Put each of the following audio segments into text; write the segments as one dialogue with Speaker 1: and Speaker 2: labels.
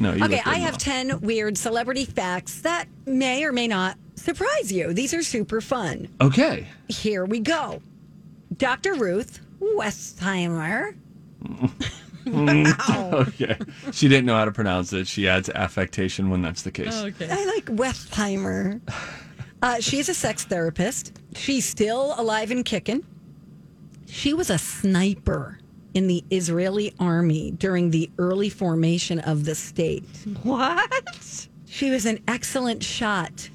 Speaker 1: No, you
Speaker 2: Okay,
Speaker 1: look good
Speaker 2: I have
Speaker 1: now.
Speaker 2: 10 weird celebrity facts that may or may not surprise you. These are super fun.
Speaker 1: Okay.
Speaker 2: Here we go. Dr. Ruth Westheimer. wow.
Speaker 1: Okay. she didn't know how to pronounce it. She adds affectation when that's the case.
Speaker 2: I like Westheimer. Uh, she is a sex therapist. She's still alive and kicking. She was a sniper in the Israeli army during the early formation of the state.
Speaker 3: What?
Speaker 2: She was an excellent shot.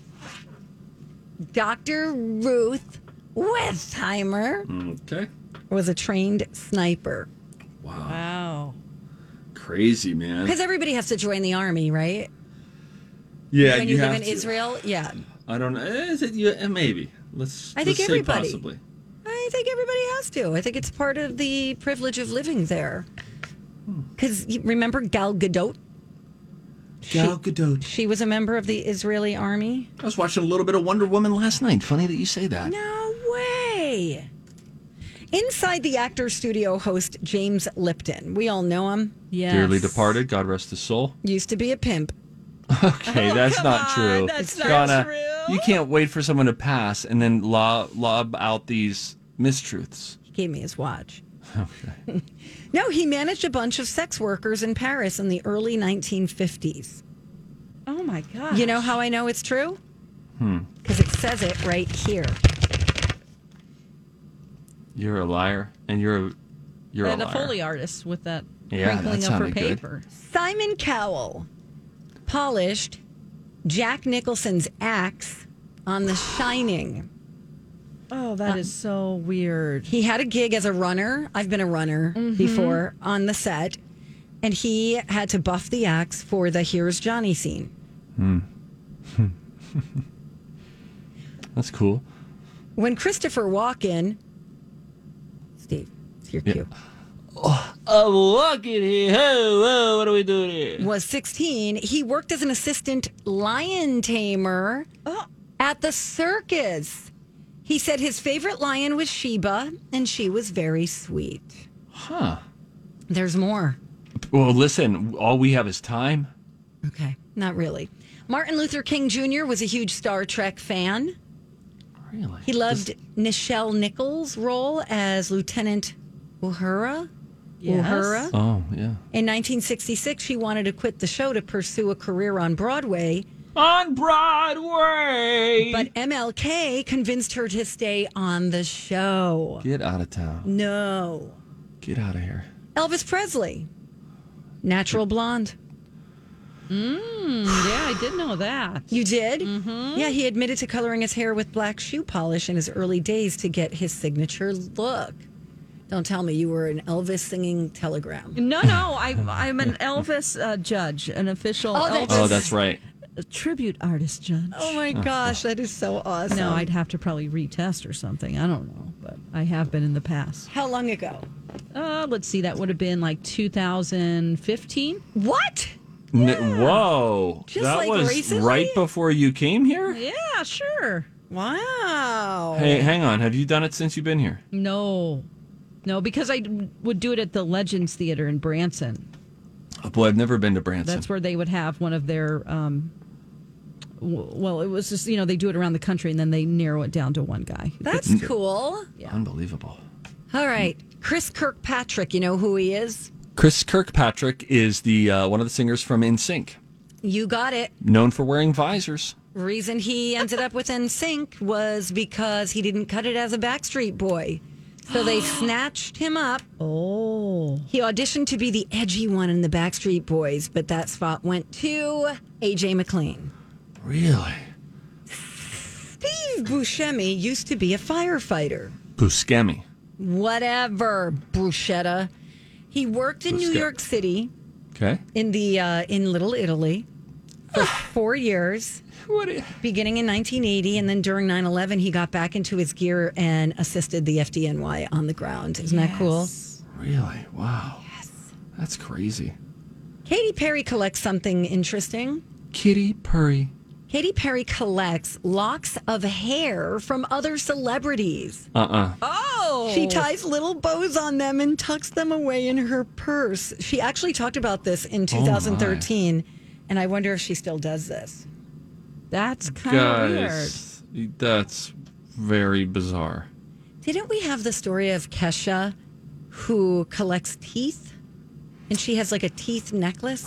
Speaker 2: Dr. Ruth Westheimer
Speaker 1: Mm, Okay.
Speaker 2: was a trained sniper.
Speaker 3: Wow.
Speaker 1: Crazy, man.
Speaker 2: Because everybody has to join the army, right?
Speaker 1: Yeah,
Speaker 2: when you, live in Israel, yeah.
Speaker 1: I don't know. Is it you? eh, Maybe. Let's.
Speaker 2: I think
Speaker 1: let's say
Speaker 2: everybody.
Speaker 1: possibly.
Speaker 2: I think everybody has to. I think it's part of the privilege of living there. Because remember Gal Gadot?
Speaker 1: Gal Gadot.
Speaker 2: She was a member of the Israeli army.
Speaker 1: I was watching a little bit of Wonder Woman last night. Funny that you say that.
Speaker 2: No way. Inside the actor studio host James Lipton. We all know him.
Speaker 3: Yes.
Speaker 1: Dearly departed. God rest his soul.
Speaker 2: Used to be a pimp. Oh,
Speaker 1: Okay, that's not true.
Speaker 3: that's
Speaker 1: It's
Speaker 3: not
Speaker 1: gonna-
Speaker 3: true.
Speaker 1: You can't wait for someone to pass and then lob, lob out these mistruths.
Speaker 2: He gave me his watch. Okay. no, he managed a bunch of sex workers in Paris in the early 1950s.
Speaker 3: Oh my god.
Speaker 2: You know how I know it's true? Because it says it right here.
Speaker 1: You're a liar, and you're a you're
Speaker 3: and
Speaker 1: a
Speaker 3: a
Speaker 1: liar.
Speaker 3: Foley artist with that
Speaker 1: Yeah,
Speaker 3: crinkling
Speaker 1: that
Speaker 3: up her
Speaker 1: sounded good.
Speaker 3: paper.
Speaker 2: Simon Cowell polished Jack Nicholson's axe on The Shining.
Speaker 3: Oh, that is so weird.
Speaker 2: He had a gig as a runner. I've been a runner before on the set. And he had to buff the axe for the Here's Johnny scene.
Speaker 1: That's cool.
Speaker 2: When Christopher Walken, Steve, it's your cue,
Speaker 1: Oh, look at here. Whoa, whoa, what are we doing here?
Speaker 2: was 16, he worked as an assistant lion tamer at the circus. He said his favorite lion was Sheba, and she was very sweet.
Speaker 1: Huh.
Speaker 2: There's more.
Speaker 1: Well, listen, all we have is time.
Speaker 2: Okay, not really. Martin Luther King Jr. was a huge Star Trek fan.
Speaker 1: Really?
Speaker 2: He loved Nichelle Nichols' role as Lieutenant Uhura.
Speaker 3: Yes.
Speaker 2: Uhura.
Speaker 1: Oh, yeah.
Speaker 2: In 1966, she wanted to quit the show to pursue a career on Broadway,
Speaker 1: On Broadway.
Speaker 2: but MLK convinced her to stay on the show.
Speaker 1: Get out of town.
Speaker 2: No.
Speaker 1: Get out of here.
Speaker 2: Elvis Presley, natural blonde.
Speaker 3: Yeah, I did know that.
Speaker 2: You did? Mm-hmm. Yeah, he admitted to coloring his hair with black shoe polish in his early days to get his signature look. Don't tell me you were an Elvis singing telegram.
Speaker 3: No, no, I, I'm an Elvis uh, judge, an official
Speaker 2: Oh,
Speaker 3: Elvis
Speaker 2: that-
Speaker 1: Oh, that's right.
Speaker 3: tribute artist judge.
Speaker 2: Oh my gosh, that is so awesome.
Speaker 3: no, I'd have to probably retest or something. I don't know, but I have been in the past.
Speaker 2: How long ago?
Speaker 3: Uh, let's see, that would have been like 2015.
Speaker 2: What?
Speaker 1: N- whoa.
Speaker 2: Just
Speaker 1: that
Speaker 2: like
Speaker 1: was
Speaker 2: recently?
Speaker 1: right before you came here?
Speaker 3: Yeah, sure.
Speaker 2: Wow.
Speaker 1: Hey, hang on. Have you done it since you've been here?
Speaker 3: No, no, because I would do it at the Legends Theater in Branson.
Speaker 1: Oh, boy, I've never been to Branson.
Speaker 3: That's where they would have one of their. Um, w- well, it was just you know they do it around the country and then they narrow it down to one guy.
Speaker 2: That's cool.
Speaker 1: Unbelievable.
Speaker 2: All right. Chris Kirkpatrick, you know who he is?
Speaker 1: Chris Kirkpatrick is the uh, one of the singers from InSync,
Speaker 2: You got it.
Speaker 1: known for wearing visors.
Speaker 2: Reason he ended up with NSYNC was because he didn't cut it as a Backstreet Boy. So they snatched him up.
Speaker 3: Oh,
Speaker 2: He auditioned to be the edgy one in the Backstreet Boys, but that spot went to AJ McLean.
Speaker 1: Really?
Speaker 2: Steve Buscemi used to be a firefighter.
Speaker 1: Buscemi.
Speaker 2: Whatever, Bruschetta. He worked in New
Speaker 1: Bruschetta.
Speaker 2: York City
Speaker 1: Okay.
Speaker 2: in the uh, in Little Italy for four years.
Speaker 1: What? i-
Speaker 2: beginning in 1980 and then during 9-11 he got back into his gear and assisted the fdny on the ground isn't that cool
Speaker 1: Really? Wow. Yes. That's crazy.
Speaker 2: katy perry collects something interesting
Speaker 1: Kitty Purry.
Speaker 2: katy perry collects locks of hair from other celebrities
Speaker 1: Uh uh
Speaker 3: oh,
Speaker 2: she ties little bows on them and tucks them away in her purse she actually talked about this in 2013 and i wonder if she still does this
Speaker 3: that's kind of weird.
Speaker 1: Guys, that's very bizarre.
Speaker 2: Didn't we have the story of Kesha who collects teeth? And she has like a teeth necklace?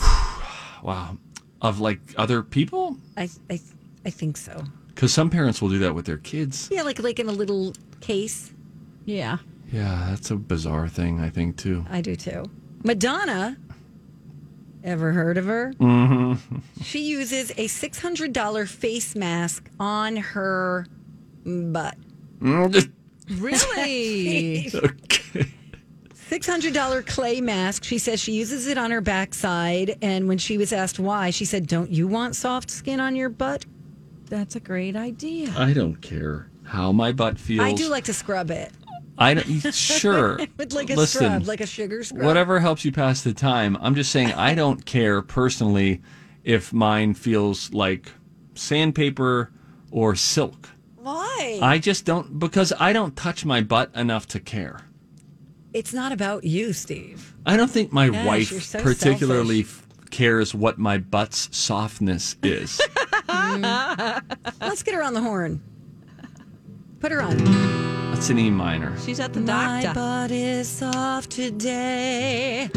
Speaker 1: Wow. Of like other people?
Speaker 2: I, I, I think so.
Speaker 1: Because some parents will do that with their kids.
Speaker 2: Yeah, like like in a little case.
Speaker 3: Yeah,
Speaker 1: Yeah, that's a bizarre thing, I think, too.
Speaker 2: I do too. Madonna, ever heard of her? She uses a $600 face mask on her butt.
Speaker 3: really.
Speaker 1: okay.
Speaker 2: $600 clay mask. She says she uses it on her backside. And when she was asked why, she said, Don't you want soft skin on your butt?
Speaker 3: that's a great idea.
Speaker 1: I don't care how my butt feels.
Speaker 2: I do like to scrub it.
Speaker 1: I don't, sure.
Speaker 2: With like a
Speaker 1: Listen,
Speaker 2: scrub, like a sugar scrub.
Speaker 1: whatever helps you pass the time. I'm just saying I don't care personally if mine feels like sandpaper or silk.
Speaker 2: Why?
Speaker 1: I just don't because I don't touch my butt enough to care.
Speaker 2: it's not about you, Steve.
Speaker 1: I don't think my
Speaker 2: Gosh, you're
Speaker 1: wife
Speaker 2: so
Speaker 1: particularly f- cares what my butt's softness is.
Speaker 2: Let's get her on the horn. Put her on.
Speaker 1: That's an E minor.
Speaker 3: She's at the
Speaker 2: My
Speaker 3: doctor.
Speaker 2: butt is soft today.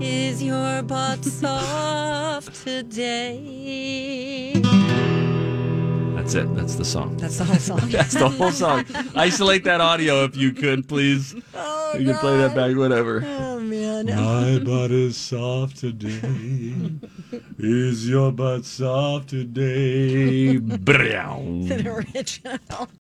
Speaker 2: Is your butt soft today?
Speaker 1: That's it. That's the song.
Speaker 2: That's the whole song.
Speaker 1: That's the whole song. Isolate that audio if you could, please.
Speaker 2: Oh,
Speaker 1: You can play that
Speaker 2: God.
Speaker 1: back, whatever.
Speaker 2: Oh, man.
Speaker 1: My butt is soft today. Is your butt soft today? Brown.
Speaker 2: Original.